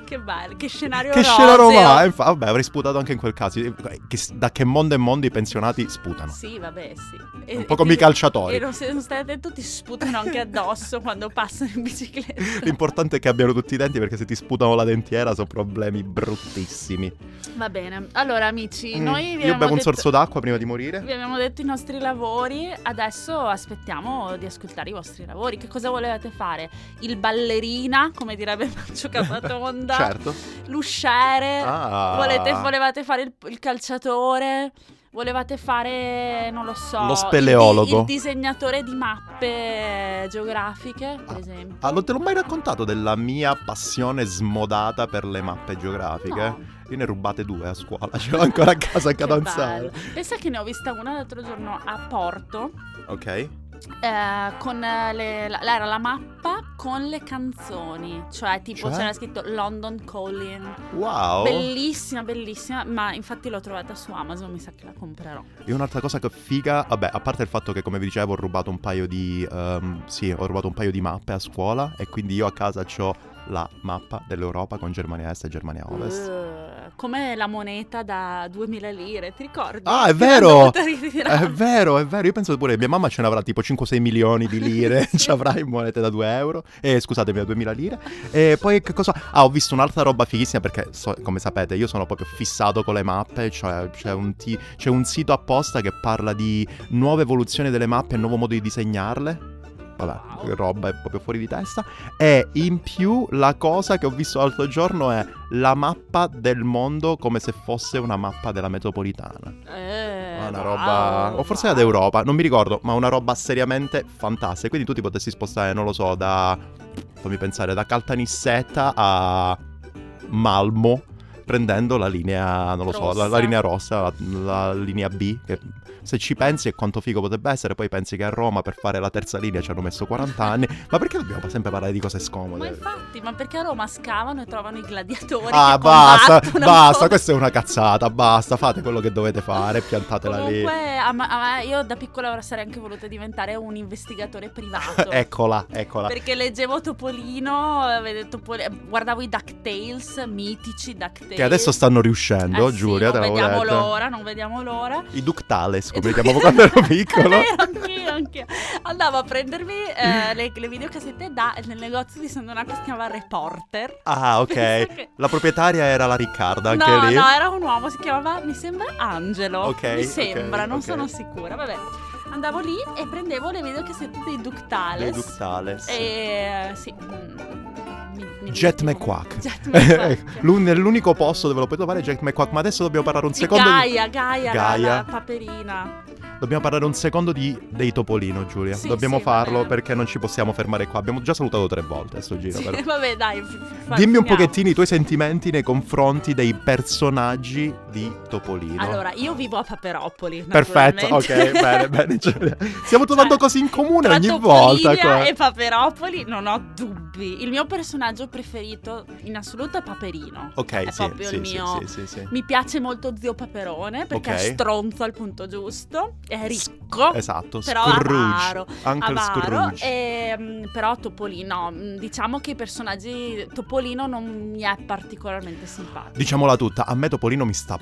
B: che bello, che scenario
A: che scenario
B: roseo.
A: va? Infa- vabbè, avrei sputato anche in quel caso. Che s- da che mondo e mondo i pensionati sputano.
B: Sì, vabbè, sì. E-
A: Un
B: e
A: po' come i
B: ti-
A: calciatori.
B: *laughs* E non se non stai attento ti sputano anche
A: *laughs*
B: addosso quando passano in bicicletta.
A: L'importante è che abbiano tutti i denti perché se ti sputano la dentiera sono problemi bruttissimi.
B: Va bene, allora amici,
A: Mm,
B: noi vi
A: Io
B: abbiamo,
A: bevo un
B: detto,
A: sorso d'acqua prima di morire.
B: vi abbiamo detto i nostri lavori, adesso aspettiamo di ascoltare i vostri lavori. Che cosa volevate fare? Il ballerina, come direbbe
A: *laughs*
B: Maggio Capatonda,
A: Certo.
B: l'usciere,
A: Ah.
B: Eh, volete- volevate fare il, il calciatore, volevate fare, non lo so,
A: Lo speleologo.
B: il, di- il disegnatore di mappe geografiche, per
A: Ah,
B: esempio.
A: Ah, non te l'ho mai raccontato della mia passione smodata per le mappe geografiche?
B: No.
A: Io ne rubate due a scuola, *laughs* ce l'ho ancora a casa a
B: Che
A: Catanzaro.
B: bello. Pensa che ne ho vista una l'altro giorno a Porto,
A: Ok.
B: eh, con eh, le- la, la- era la mappa con le canzoni, cioè tipo
A: Cioè? Oh.
B: c'era scritto London Calling,
A: Wow.
B: bellissima, bellissima, ma infatti l'ho trovata su Amazon, mi sa che la comprerò.
A: E un'altra cosa che figa, vabbè, a parte il fatto che come vi dicevo ho rubato un paio di ehm, sì, ho rubato un paio di mappe a scuola e quindi io a casa ho la mappa dell'Europa con Germania Est e Germania Ovest.
B: Eh, come la moneta da 2000 lire, ti ricordi?
A: Ah, è
B: Che
A: vero!
B: l'hanno dovuta
A: *laughs*
B: ritirare.
A: È vero, è vero. Io penso pure mia mamma ce n'avrà tipo 5-6 milioni di lire.
B: *laughs* Sì.
A: Ci avrà in monete da 2 euro. Eh, scusatemi, da 2000 lire. E poi che cosa? Ah, ho visto un'altra roba fighissima perché, so- come sapete, io sono proprio fissato con le mappe. Cioè, c'è un, ti- c'è un sito apposta che parla di nuova evoluzione delle mappe e nuovo modo di disegnarle. Vabbè,
B: Wow.
A: roba è proprio fuori di testa. E in più la cosa che ho visto l'altro giorno è la mappa del mondo come se fosse una mappa della metropolitana.
B: Eh,
A: Ma Ah, una
B: wow,
A: roba. O forse
B: wow.
A: ad Europa, non mi ricordo, ma una roba seriamente fantastica. Quindi tu ti potessi spostare, non lo so, da. fammi pensare, da Caltanissetta a Malmo. Prendendo la linea, non lo so, la,
B: Rossa.
A: la linea rossa, la, la linea B, che se ci pensi e quanto figo potrebbe essere, poi pensi che a Roma per fare la terza linea ci hanno messo 40 anni. Ma perché dobbiamo sempre parlare di cose
B: Ma
A: scomode?
B: infatti, ma perché a Roma scavano e trovano i gladiatori?
A: Ah,
B: che
A: basta,
B: combattono
A: basta,
B: ancora?
A: questa è una cazzata, basta, fate quello che dovete fare, piantatela lì.
B: Comunque, a ma- a- io da piccola sarei anche voluta diventare un investigatore
A: *laughs*
B: privato.
A: Eccola, eccola.
B: Perché leggevo Topolino, eh, vedevo Topol- guardavo i DuckTales, mitici DuckTales.
A: Che adesso stanno riuscendo,
B: Eh sì,
A: Giulia, te
B: non
A: l'avevo
B: vediamo
A: detto.
B: l'ora, non vediamo l'ora.
A: I Ductales, come li
B: *laughs*
A: chiamavo quando ero piccolo.
B: È vero, *laughs* anch'io, anch'io. Andavo a prendermi eh, le, le videocassette da, nel negozio di San Donato che si chiamava Reporter.
A: Ah,
B: Pensa
A: ok.
B: che-
A: La proprietaria era la Riccarda, anche
B: no,
A: lì.
B: no, era un uomo, si chiamava, mi sembra Angelo.
A: Ok,
B: mi
A: ok,
B: sembra, non
A: ok.
B: sono sicura. Vabbè, andavo lì e prendevo le videocassette dei
A: Le
B: Ductales.
A: Ductales.
B: Eh,
A: *laughs*
B: E sì. mm, mi- mi
A: Jet
B: divertivo.
A: McQuack. Ecco. Mm,
B: Jet
A: *laughs*
B: McQuack.
A: Eh, L'un- l'unico posto dove lo puoi trovare è Jack McQuack, ma adesso dobbiamo parlare un
B: Sì,
A: secondo di...
B: Gaia, Gaia, la-
A: Gaia.
B: la paperina.
A: Dobbiamo parlare un secondo di dei Topolino, Giulia.
B: Sì,
A: dobbiamo
B: sì, va
A: farlo
B: bene.
A: perché non ci possiamo fermare qua. Abbiamo già salutato tre volte a sto giro,
B: Sì,
A: però.
B: *laughs* vabbè, dai. f- f-
A: Dimmi un
B: finiamo.
A: pochettino i tuoi sentimenti nei confronti dei personaggi di Topolino.
B: Allora, io vivo a Paperopoli.
A: Perfetto, ok,
B: naturalmente.
A: bene, bene. Giulia. stiamo trovando
B: Cioè,
A: cose in comune
B: Tra
A: ogni
B: Topolinia
A: volta. qua.
B: e Paperopoli non ho dubbi. Il mio personaggio preferito in assoluto è Paperino.
A: Ok,
B: è
A: sì,
B: proprio
A: sì,
B: il
A: sì,
B: mio-
A: sì, sì, sì.
B: Mi piace molto Zio Paperone perché
A: Ok.
B: è stronzo al punto giusto, è ricco.
A: Esatto,
B: però
A: Scrooge.
B: avaro,
A: Anche il
B: avaro,
A: Scrooge.
B: e, mm, però Topolino, mm, diciamo che i personaggi Topolino non mi è particolarmente simpatico.
A: Diciamola tutta, a me Topolino mi sta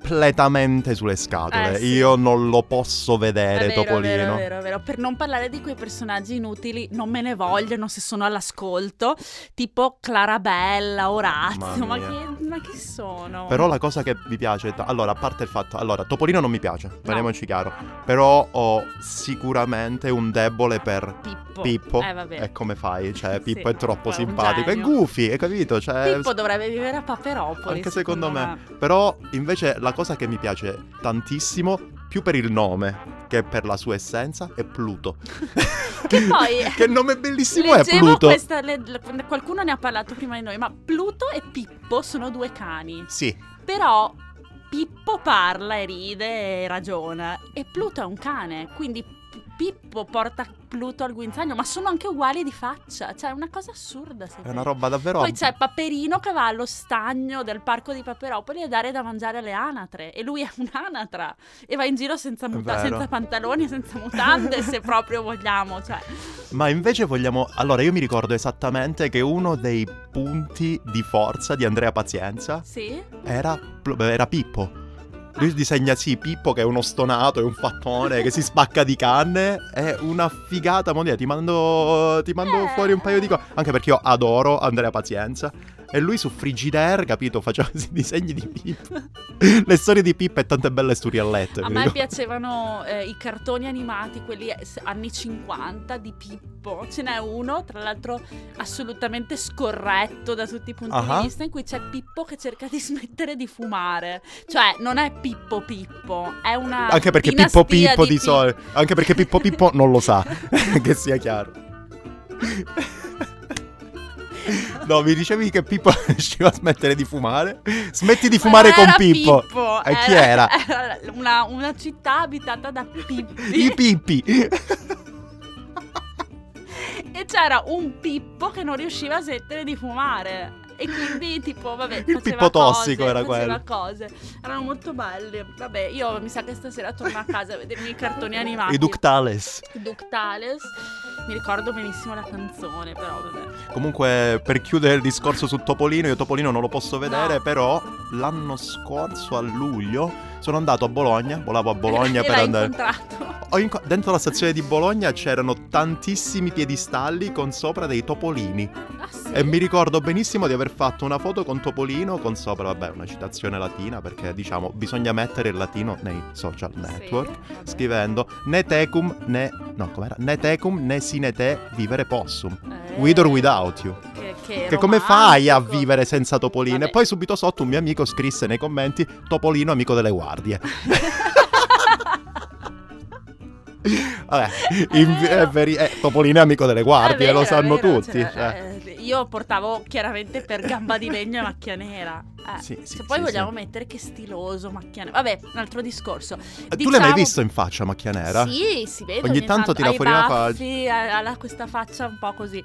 A: completamente sulle scatole.
B: Eh, sì.
A: Io non lo posso vedere,
B: È vero,
A: Topolino.
B: È vero, è vero, è vero. Per non parlare di quei personaggi inutili, non me ne vogliono se sono all'ascolto, tipo Clarabella, Orazio,
A: Mamma
B: ma
A: mia.
B: che, ma chi sono?
A: Però la cosa che vi piace, ta- allora, a parte il fatto, allora, Topolino non mi piace, parliamoci chiaro, però ho sicuramente un debole per
B: Pippo.
A: Pippo.
B: Eh, vabbè.
A: E come fai? Cioè,
B: *laughs* Sì,
A: Pippo è troppo
B: è un
A: simpatico, è
B: genio.
A: goofy, hai capito? Cioè,
B: Pippo dovrebbe vivere a Paperopoli.
A: Anche secondo Però invece la cosa che mi piace tantissimo, più per il nome che per la sua essenza, è Pluto.
B: *laughs* Che poi-
A: *laughs* che nome bellissimo è
B: Leggevo
A: Pluto!
B: questa- le- le- qualcuno ne ha parlato prima di noi, ma Pluto e Pippo sono due cani.
A: Sì,
B: Però Pippo parla e ride e ragiona. E Pluto è un cane, quindi P- Pippo porta Pluto al guinzaglio, ma sono anche uguali di faccia. Cioè, è una cosa assurda. se
A: è una
B: pensi.
A: roba davvero...
B: Poi c'è Paperino che va allo stagno del parco di Paperopoli a dare da mangiare alle anatre. E lui è *laughs* un'anatra. E va in giro senza, muta-
A: vero.
B: senza pantaloni, senza mutande, se proprio vogliamo. Cioè,
A: Ma invece vogliamo... Allora, io mi ricordo esattamente che uno dei punti di forza di Andrea Pazienza
B: sì.
A: era, Pl- era Pippo. Lui disegna sì Pippo che è uno stonato, è un fattone che si spacca di canne, è una figata mondiale, ti mando, ti mando
B: Eh.
A: fuori un paio di cose, anche perché io adoro Andrea Pazienza e lui su Frigidaire, capito, faceva questi disegni di Pippo, le storie di Pippo e tante belle storiellette.
B: A
A: mi
B: me
A: ricordo.
B: piacevano eh, i cartoni animati, quelli eh, s- anni 50 di Pippo. Ce n'è uno, tra l'altro, assolutamente scorretto da tutti i punti
A: Ah.
B: di vista, in cui c'è Pippo che cerca di *laughs* smettere di fumare. Cioè, non è Pippo Pippo, è una.
A: Anche perché Pippo
B: Ah, dinastia
A: Pippo di,
B: Pippo.
A: solito, anche perché Pippo Pippo non lo sa, *laughs* che sia
B: *laughs*
A: chiaro. No, mi dicevi che Pippo *laughs* riusciva a smettere di fumare? Smetti di
B: Ma
A: fumare
B: non
A: con
B: era
A: Pippo. E chi era?
B: *laughs* una, una città
A: *laughs*
B: abitata da Pippi.
A: I Pippi.
B: e c'era un Pippo che non riusciva a smettere di fumare. E quindi, tipo, vabbè,
A: Il
B: faceva
A: Pippo tossico
B: cose,
A: era
B: faceva
A: quello.
B: cose. Erano molto belli. Vabbè, io mi sa che stasera torno a casa a vedermi i cartoni animati.
A: I Ductales.
B: I Ductales. Mi ricordo benissimo la canzone, però vabbè.
A: Comunque, per chiudere il discorso su Topolino, io Topolino non lo posso vedere,
B: No.
A: però l'anno scorso a luglio sono andato a Bologna, volavo a Bologna
B: E
A: per
B: l'hai
A: andare *laughs*
B: incontrato.
A: Ho inco- dentro la stazione di Bologna c'erano tantissimi piedistalli con sopra dei topolini
B: Ah, sì?
A: e mi ricordo benissimo di aver fatto una foto con Topolino con sopra, vabbè, una citazione latina perché diciamo bisogna mettere il latino nei social network
B: Sì, vabbè.
A: scrivendo né tecum né no, com'era? Né tecum né sine te vivere possum.
B: Eh,
A: With or without you.
B: Che,
A: Che come fai a
B: romantico.
A: vivere senza Topolino?
B: Vabbè.
A: E
B: *laughs*
A: poi *laughs* subito sotto un mio amico scrisse nei commenti Topolino amico delle guardie. Vabbè, in-
B: vero.
A: è veri- eh, Topolino è amico delle guardie,
B: È vero,
A: eh, lo sanno
B: è vero,
A: tutti.
B: cioè,
A: eh.
B: eh, io portavo chiaramente per gamba di legno e macchia nera. Eh,
A: Sì, sì,
B: se poi
A: sì,
B: vogliamo
A: sì.
B: mettere che stiloso macchia nera. Vabbè, un altro discorso.
A: Tu l'hai mai
B: Diciamo-
A: visto in faccia macchia nera?
B: Sì, si vede.
A: Ogni tanto tira
B: ha i
A: fuori una
B: baffi, ha, ha questa faccia un po' così.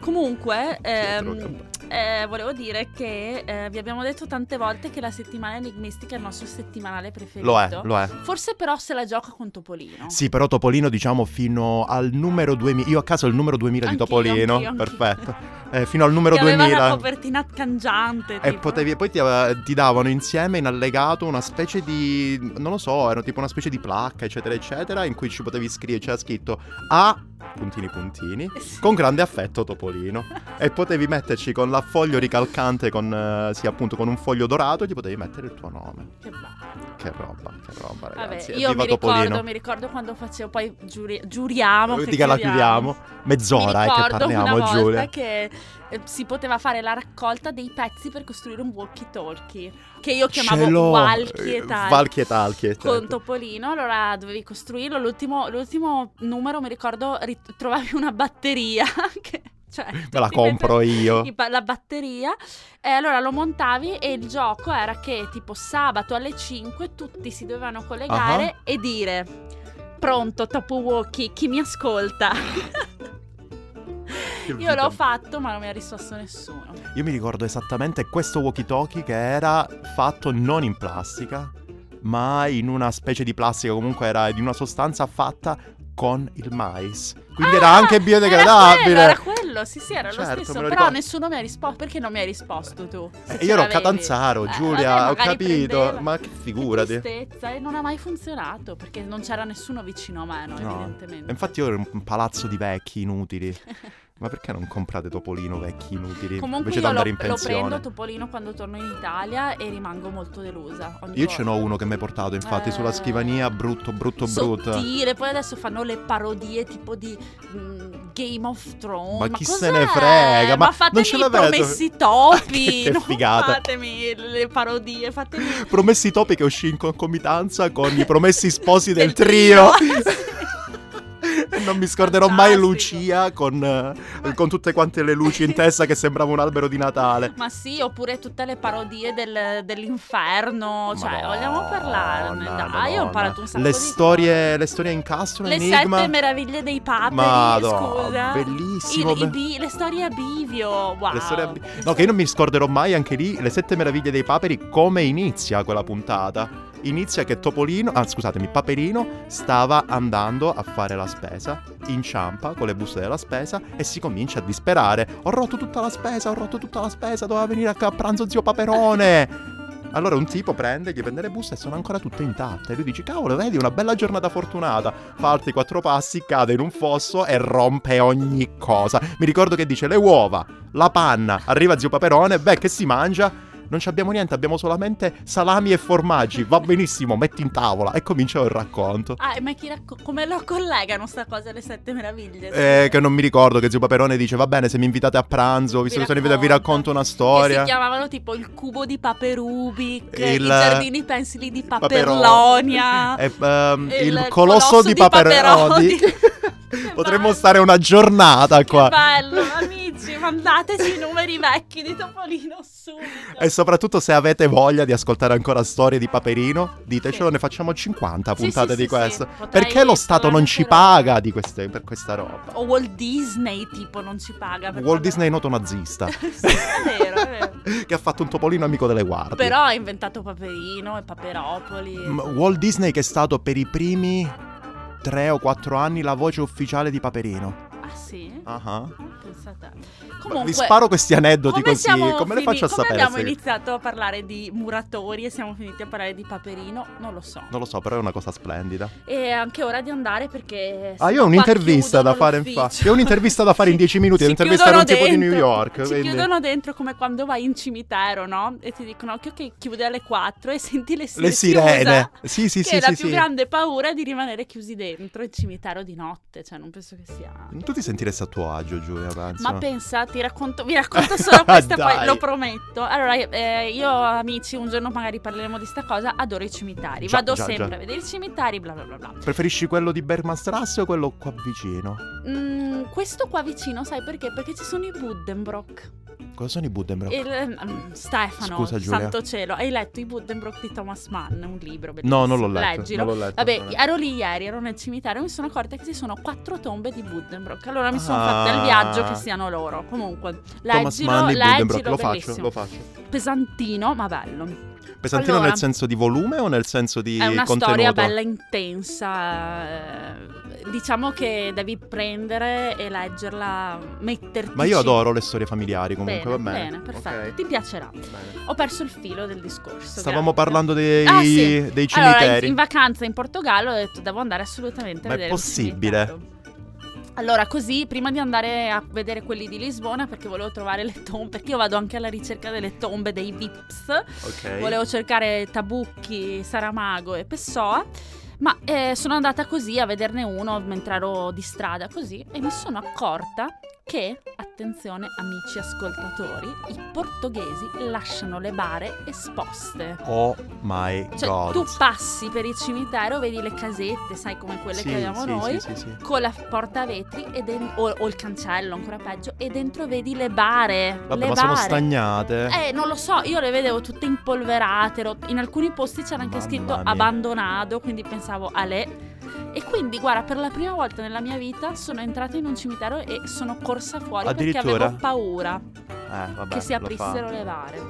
B: Comunque,
A: Pietro
B: ehm,
A: Gamba.
B: eh, volevo dire che eh, vi abbiamo detto tante volte che la settimana enigmistica è il nostro settimanale preferito.
A: Lo è, lo è.
B: Forse però se la gioca con Topolino.
A: Sì, però Topolino diciamo fino al numero 2000. Io a caso il numero 2000
B: Anch'io,
A: di Topolino.
B: anch'io, anch'io.
A: Perfetto. Eh, fino al numero
B: Che aveva la
A: 2000.
B: copertina cangiante.
A: E
B: tipo.
A: potevi, poi ti, aveva- ti davano insieme in allegato una specie di. non lo so, era tipo una specie di placca, eccetera, eccetera, in cui ci potevi scrivere, c'era scritto A. puntini puntini.
B: Eh Sì.
A: Con grande affetto Topolino. e potevi metterci con l'affoglio ricalcante, con, eh, sì, appunto, con un foglio dorato, gli potevi mettere il tuo nome.
B: Che bello.
A: Che roba, che roba,
B: Vabbè,
A: ragazzi.
B: io
A: Evviva
B: mi
A: Topolino.
B: ricordo, mi ricordo quando facevo poi giuri- giuriamo. che
A: Dica la chiudiamo. Mezz'ora
B: Mi
A: eh, che
B: ricordo
A: parliamo,
B: una volta
A: Giulia.
B: che eh, si poteva fare la raccolta dei pezzi per costruire un walkie-talkie, che io chiamavo
A: Ce l'ho. Eh,
B: Walkie e Talkie.
A: Valchi e Talchi.
B: con
A: esatto.
B: Topolino, allora dovevi costruirlo. L'ultimo, l'ultimo numero, mi ricordo, rit- trovavi una batteria. *laughs* Che, cioè,
A: Me la
B: ti
A: compro io.
B: i pa- la batteria e allora lo montavi e il gioco era che tipo sabato alle 5 tutti si dovevano collegare e dire pronto Tapu Walkie chi mi ascolta
A: *laughs* Che
B: io
A: vita.
B: l'ho fatto ma non mi ha risposto nessuno
A: Io mi ricordo esattamente questo walkie-talkie che era fatto non in plastica, ma in una specie di plastica, comunque era di una sostanza fatta con il mais. Quindi era
B: Ah,
A: anche biodegradabile.
B: era quello, era quello, sì sì era
A: Certo,
B: lo stesso
A: me lo
B: però
A: ricordo.
B: nessuno mi ha risposto perché non mi hai risposto tu Se
A: Eh,
B: ce
A: io ero a
B: l'avevi.
A: Catanzaro,
B: Eh,
A: Giulia,
B: vabbè,
A: ho
B: magari
A: capito,
B: prendeva.
A: ma che figurati.
B: tristezza e non ha mai funzionato perché non c'era nessuno vicino a mano
A: No.
B: evidentemente
A: E Infatti io ero un palazzo di vecchi
B: *laughs*
A: inutili. Ma perché non comprate Topolino vecchi inutili?
B: Comunque
A: invece di
B: io
A: andare
B: lo,
A: in
B: lo
A: pensione?
B: prendo Topolino quando torno in Italia e rimango molto delusa. ogni
A: Io ce
B: volta.
A: n'ho uno che mi hai portato, infatti,
B: Eh.
A: sulla scrivania, brutto, brutto, brutto.
B: Sottile, poi adesso fanno le parodie tipo di mm, Game of Thrones.
A: Ma chi se
B: cos'è?
A: ne frega? Ma
B: Ma fatemi
A: non ce
B: i
A: la vedo. *laughs*
B: promessi topi.
A: Che- che
B: non
A: figata.
B: fatemi le parodie, fatemi
A: Promessi topi che uscì in concomitanza con
B: *laughs*
A: i promessi sposi del trio. E *laughs* non mi scorderò mai
B: Fantastico.
A: Lucia con, eh, con tutte quante le luci in testa che sembrava un albero di Natale.
B: Ma sì, oppure tutte le parodie del- dell'inferno. Cioè, vogliamo parlarne.
A: Madonna,
B: Dai, ho imparato un sacco
A: le
B: di
A: storie, le storie in castro,
B: Le
A: enigma.
B: sette meraviglie dei paperi,
A: Madonna,
B: scusa.
A: bellissimo.
B: Il- i
A: be-
B: bi- le storie a bivio, wow.
A: Le storie abbi- No, che io non mi scorderò mai anche lì le sette meraviglie dei paperi, come inizia quella puntata. Inizia che Topolino, ah scusatemi, Paperino stava andando a fare la spesa, inciampa con le buste della spesa e si comincia a disperare. Ho rotto tutta la spesa, ho rotto tutta la spesa, doveva venire a ca- a pranzo zio Paperone. Allora un tipo prende, gli prende le buste e sono ancora tutte intatte. E lui dice, cavolo, vedi, una bella giornata fortunata fa altri quattro passi, cade in un fosso e rompe ogni cosa. Mi ricordo che dice le uova, la panna, arriva zio Paperone, beh che si mangia? Non ci abbiamo niente, abbiamo solamente salami e formaggi, va benissimo, metti in tavola e comincia il racconto.
B: Ah, ma chi racco- come lo collegano sta cosa alle sette meraviglie?
A: Eh, che non mi ricordo che zio Paperone dice va bene se mi invitate a pranzo, visto
B: Vi
A: che sono invitato vi racconto
B: racconto.
A: una
B: Che
A: storia.
B: si chiamavano tipo il cubo di paperubic,
A: Il-
B: Eh, i giardini pensili di
A: Papero-
B: paperlonia.
A: E, ehm, il,
B: il
A: colosso,
B: colosso
A: di
B: di
A: Paperoni.
B: *laughs* Paperoni.
A: Potremmo stare una giornata qua.
B: Che
A: *laughs*
B: bello, amici, mandateci i numeri vecchi di Topolino subito.
A: E soprattutto se avete voglia di ascoltare ancora storie di Paperino, ditecelo, ne facciamo 50
B: Sì,
A: puntate
B: sì,
A: di
B: sì,
A: questo.
B: sì, potrei
A: Perché lo Stato non ci
B: parlare
A: paga di queste- per questa roba?
B: O Walt Disney tipo non ci paga. per
A: Walt
B: parlare-
A: Disney è noto nazista,
B: *laughs* sì, è vero, è
A: *laughs*
B: vero.
A: che ha fatto un topolino amico delle guardie.
B: Però ha inventato Paperino e Paperopoli.
A: M- Walt Disney che è stato per i primi 3 o 4 anni la voce ufficiale di Paperino.
B: Ah sì?
A: Ah ah.
B: Ah, pensa a te.
A: Ma
B: Comunque,
A: Vi sparo questi aneddoti
B: come
A: così,
B: siamo
A: come le
B: fini-
A: faccio a
B: come
A: sapere?
B: abbiamo
A: se-
B: iniziato a parlare di muratori e siamo finiti a parlare di Paperino? Non lo so.
A: Non lo so, però è una cosa splendida.
B: E è anche ora di andare perché...
A: Ah,
B: se
A: io ho
B: no qua
A: un'intervista da
B: chiudono
A: fare,
B: l'ufficio.
A: infatti. Io ho un'intervista da fare in 10 minuti,
B: Si
A: devo intervistare un tipo
B: chiudono
A: di New
B: dentro,
A: York.
B: Si
A: quindi-
B: chiudono dentro come quando vai in cimitero, no? E ti dicono che ok, chiude alle 4 e senti le sirene.
A: Le sirene. Sì, sì,
B: Che
A: sì,
B: la
A: sì,
B: più
A: sì.
B: grande paura è di rimanere chiusi dentro il cimitero di notte, cioè non penso che sia...
A: Tu ti ti sentiresti a tuo agio, Giulia, penso.
B: Ma pensa, ti racconto, vi racconto
A: *laughs*
B: solo questo, poi
A: Dai.
B: lo prometto. Allora, eh, io amici, un giorno magari parleremo di sta cosa, adoro i cimitari.
A: Già,
B: Vado
A: già,
B: sempre
A: già.
B: a vedere i cimitari, bla bla bla bla.
A: Preferisci quello di Bergmastrasse o quello qua vicino?
B: Mm, questo qua vicino, sai perché? Perché ci sono i Buddenbrock.
A: Cosa sono i Buddenbrock?
B: Il- mm, Stefano,
A: Scusa, Giulia.
B: santo cielo, hai letto i Buddenbrock di Thomas Mann, un libro bellissimo.
A: No, non l'ho letto.
B: Leggilo.
A: non l'ho letto.
B: Vabbè,
A: Non l'ho letto.
B: ero lì ieri, ero nel cimitero e mi sono accorta che ci sono quattro tombe di Buddenbrock. Allora mi sono
A: Ah.
B: fatta il viaggio che siano loro. Comunque,
A: Thomas
B: leggilo,
A: Mann e Buddenbrock,
B: leggilo,
A: lo faccio,
B: bellissimo.
A: lo faccio.
B: Pesantino, ma bello.
A: Pesantino
B: Allora.
A: nel senso di volume o nel senso di
B: È una
A: contenuto?
B: storia bella intensa. eh, Diciamo che devi prendere e leggerla, metterti.
A: Ma io adoro le storie familiari comunque,
B: bene,
A: va bene.
B: perfetto,
A: Ok,
B: ti piacerà.
A: bene.
B: Ho perso il filo del discorso.
A: Stavamo
B: grazie.
A: parlando dei,
B: Ah, sì.
A: dei
B: Allora, in-
A: cimiteri.
B: in, vacanza in Portogallo ho detto devo andare assolutamente
A: Ma
B: a
A: è
B: vedere. un
A: possibile?
B: cimitero. Allora, così prima di andare a vedere quelli di Lisbona, perché volevo trovare le tombe, perché io vado anche alla ricerca delle tombe dei Vips,
A: Ok.
B: volevo cercare Tabucchi, Saramago e Pessoa. Ma eh, sono andata così a vederne uno mentre ero di strada, così, e mi sono accorta che, attenzione amici ascoltatori, i portoghesi lasciano le bare esposte.
A: Oh my
B: Cioè,
A: god.
B: tu passi per il cimitero, vedi le casette, sai come quelle
A: Sì,
B: che abbiamo
A: sì,
B: noi,
A: Sì, sì, sì.
B: con la porta a vetri e den- o, o il cancello, ancora peggio, e dentro vedi le bare.
A: Vabbè,
B: le
A: ma sono
B: bare.
A: stagnate.
B: Eh, non lo so, io le vedevo tutte impolverate, rot- in alcuni posti c'era anche
A: Mamma
B: scritto
A: mia.
B: abbandonato, quindi pensavo a le. E quindi, guarda, per la prima volta nella mia vita sono entrata in un cimitero e sono corsa fuori perché
A: Addirittura?
B: avevo paura
A: Eh, vabbè,
B: che si
A: lo
B: aprissero
A: fa.
B: le bare.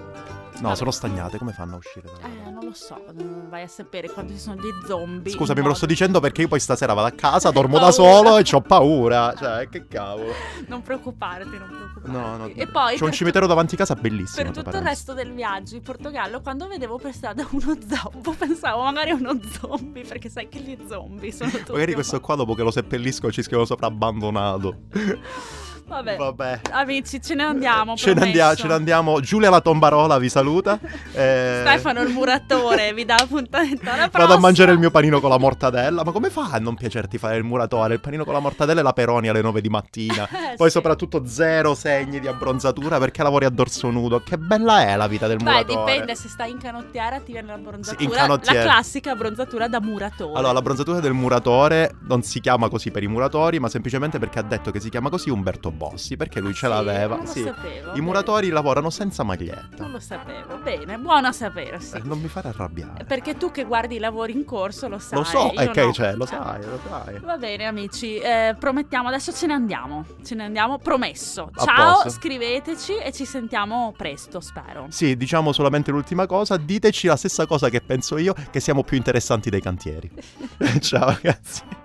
A: No,
B: Vabbè.
A: sono stagnate, come fanno a uscire? da-
B: Eh, non lo so, mm, vai a sapere quando ci sono gli zombie.
A: Scusami, me
B: in
A: lo
B: modo-
A: sto dicendo perché io poi stasera vado a casa, dormo da
B: Paura.
A: solo e ho paura. Cioè, che cavolo.
B: Non preoccuparti, non preoccuparti.
A: No, no.
B: E poi
A: C'è un
B: per
A: cimitero davanti a casa
B: tu-
A: bellissimo. tra
B: Per tutto il
A: parentesi.
B: resto del viaggio in Portogallo, quando vedevo per strada *laughs* uno zoppo, pensavo magari a uno zombie, perché sai che gli zombie sono tutti.
A: Magari questo qua dopo che lo seppellisco ci scrivono sopra abbandonato.
B: Vabbè.
A: Vabbè.
B: Amici, ce ne andiamo.
A: Ce ne,
B: promesso.
A: andia- ce ne andiamo. Giulia la tombarola vi saluta. Eh,
B: Stefano il muratore vi dà appuntamento alla prossima.
A: Vado a mangiare il mio panino con la mortadella. Ma come fa a non piacerti fare il muratore? Il panino con la mortadella e la peroni alle 9 di mattina.
B: *laughs* Eh,
A: Poi
B: sì.
A: soprattutto zero segni di abbronzatura perché lavori a dorso nudo. Che bella è la vita del
B: Beh,
A: muratore.
B: dipende se stai in canottiera ti viene la bronzatura.
A: in canottiera.
B: La classica bronzatura da muratore.
A: Allora, l'abbronzatura del muratore non si chiama così per i muratori, ma semplicemente perché ha detto che si chiama così Umberto Bossi, perché lui ce
B: Sì,
A: l'aveva.
B: Non lo
A: sì.
B: sapevo.
A: I
B: bene.
A: muratori lavorano senza maglietta.
B: Non lo sapevo. Bene, buono a sapersi.
A: Eh, non mi fare arrabbiare.
B: Perché tu che guardi i lavori in corso lo sai.
A: Lo so,
B: io
A: è che
B: no. Eh,
A: c'è, lo sai, lo sai.
B: Va bene amici, eh, promettiamo, adesso ce ne andiamo, ce ne andiamo, promesso.
A: A
B: Ciao,
A: posto.
B: scriveteci e ci sentiamo presto, spero.
A: Sì, diciamo solamente l'ultima cosa,
B: *laughs*
A: diteci la stessa cosa che penso io, che siamo più interessanti dei cantieri. *laughs* Ciao ragazzi.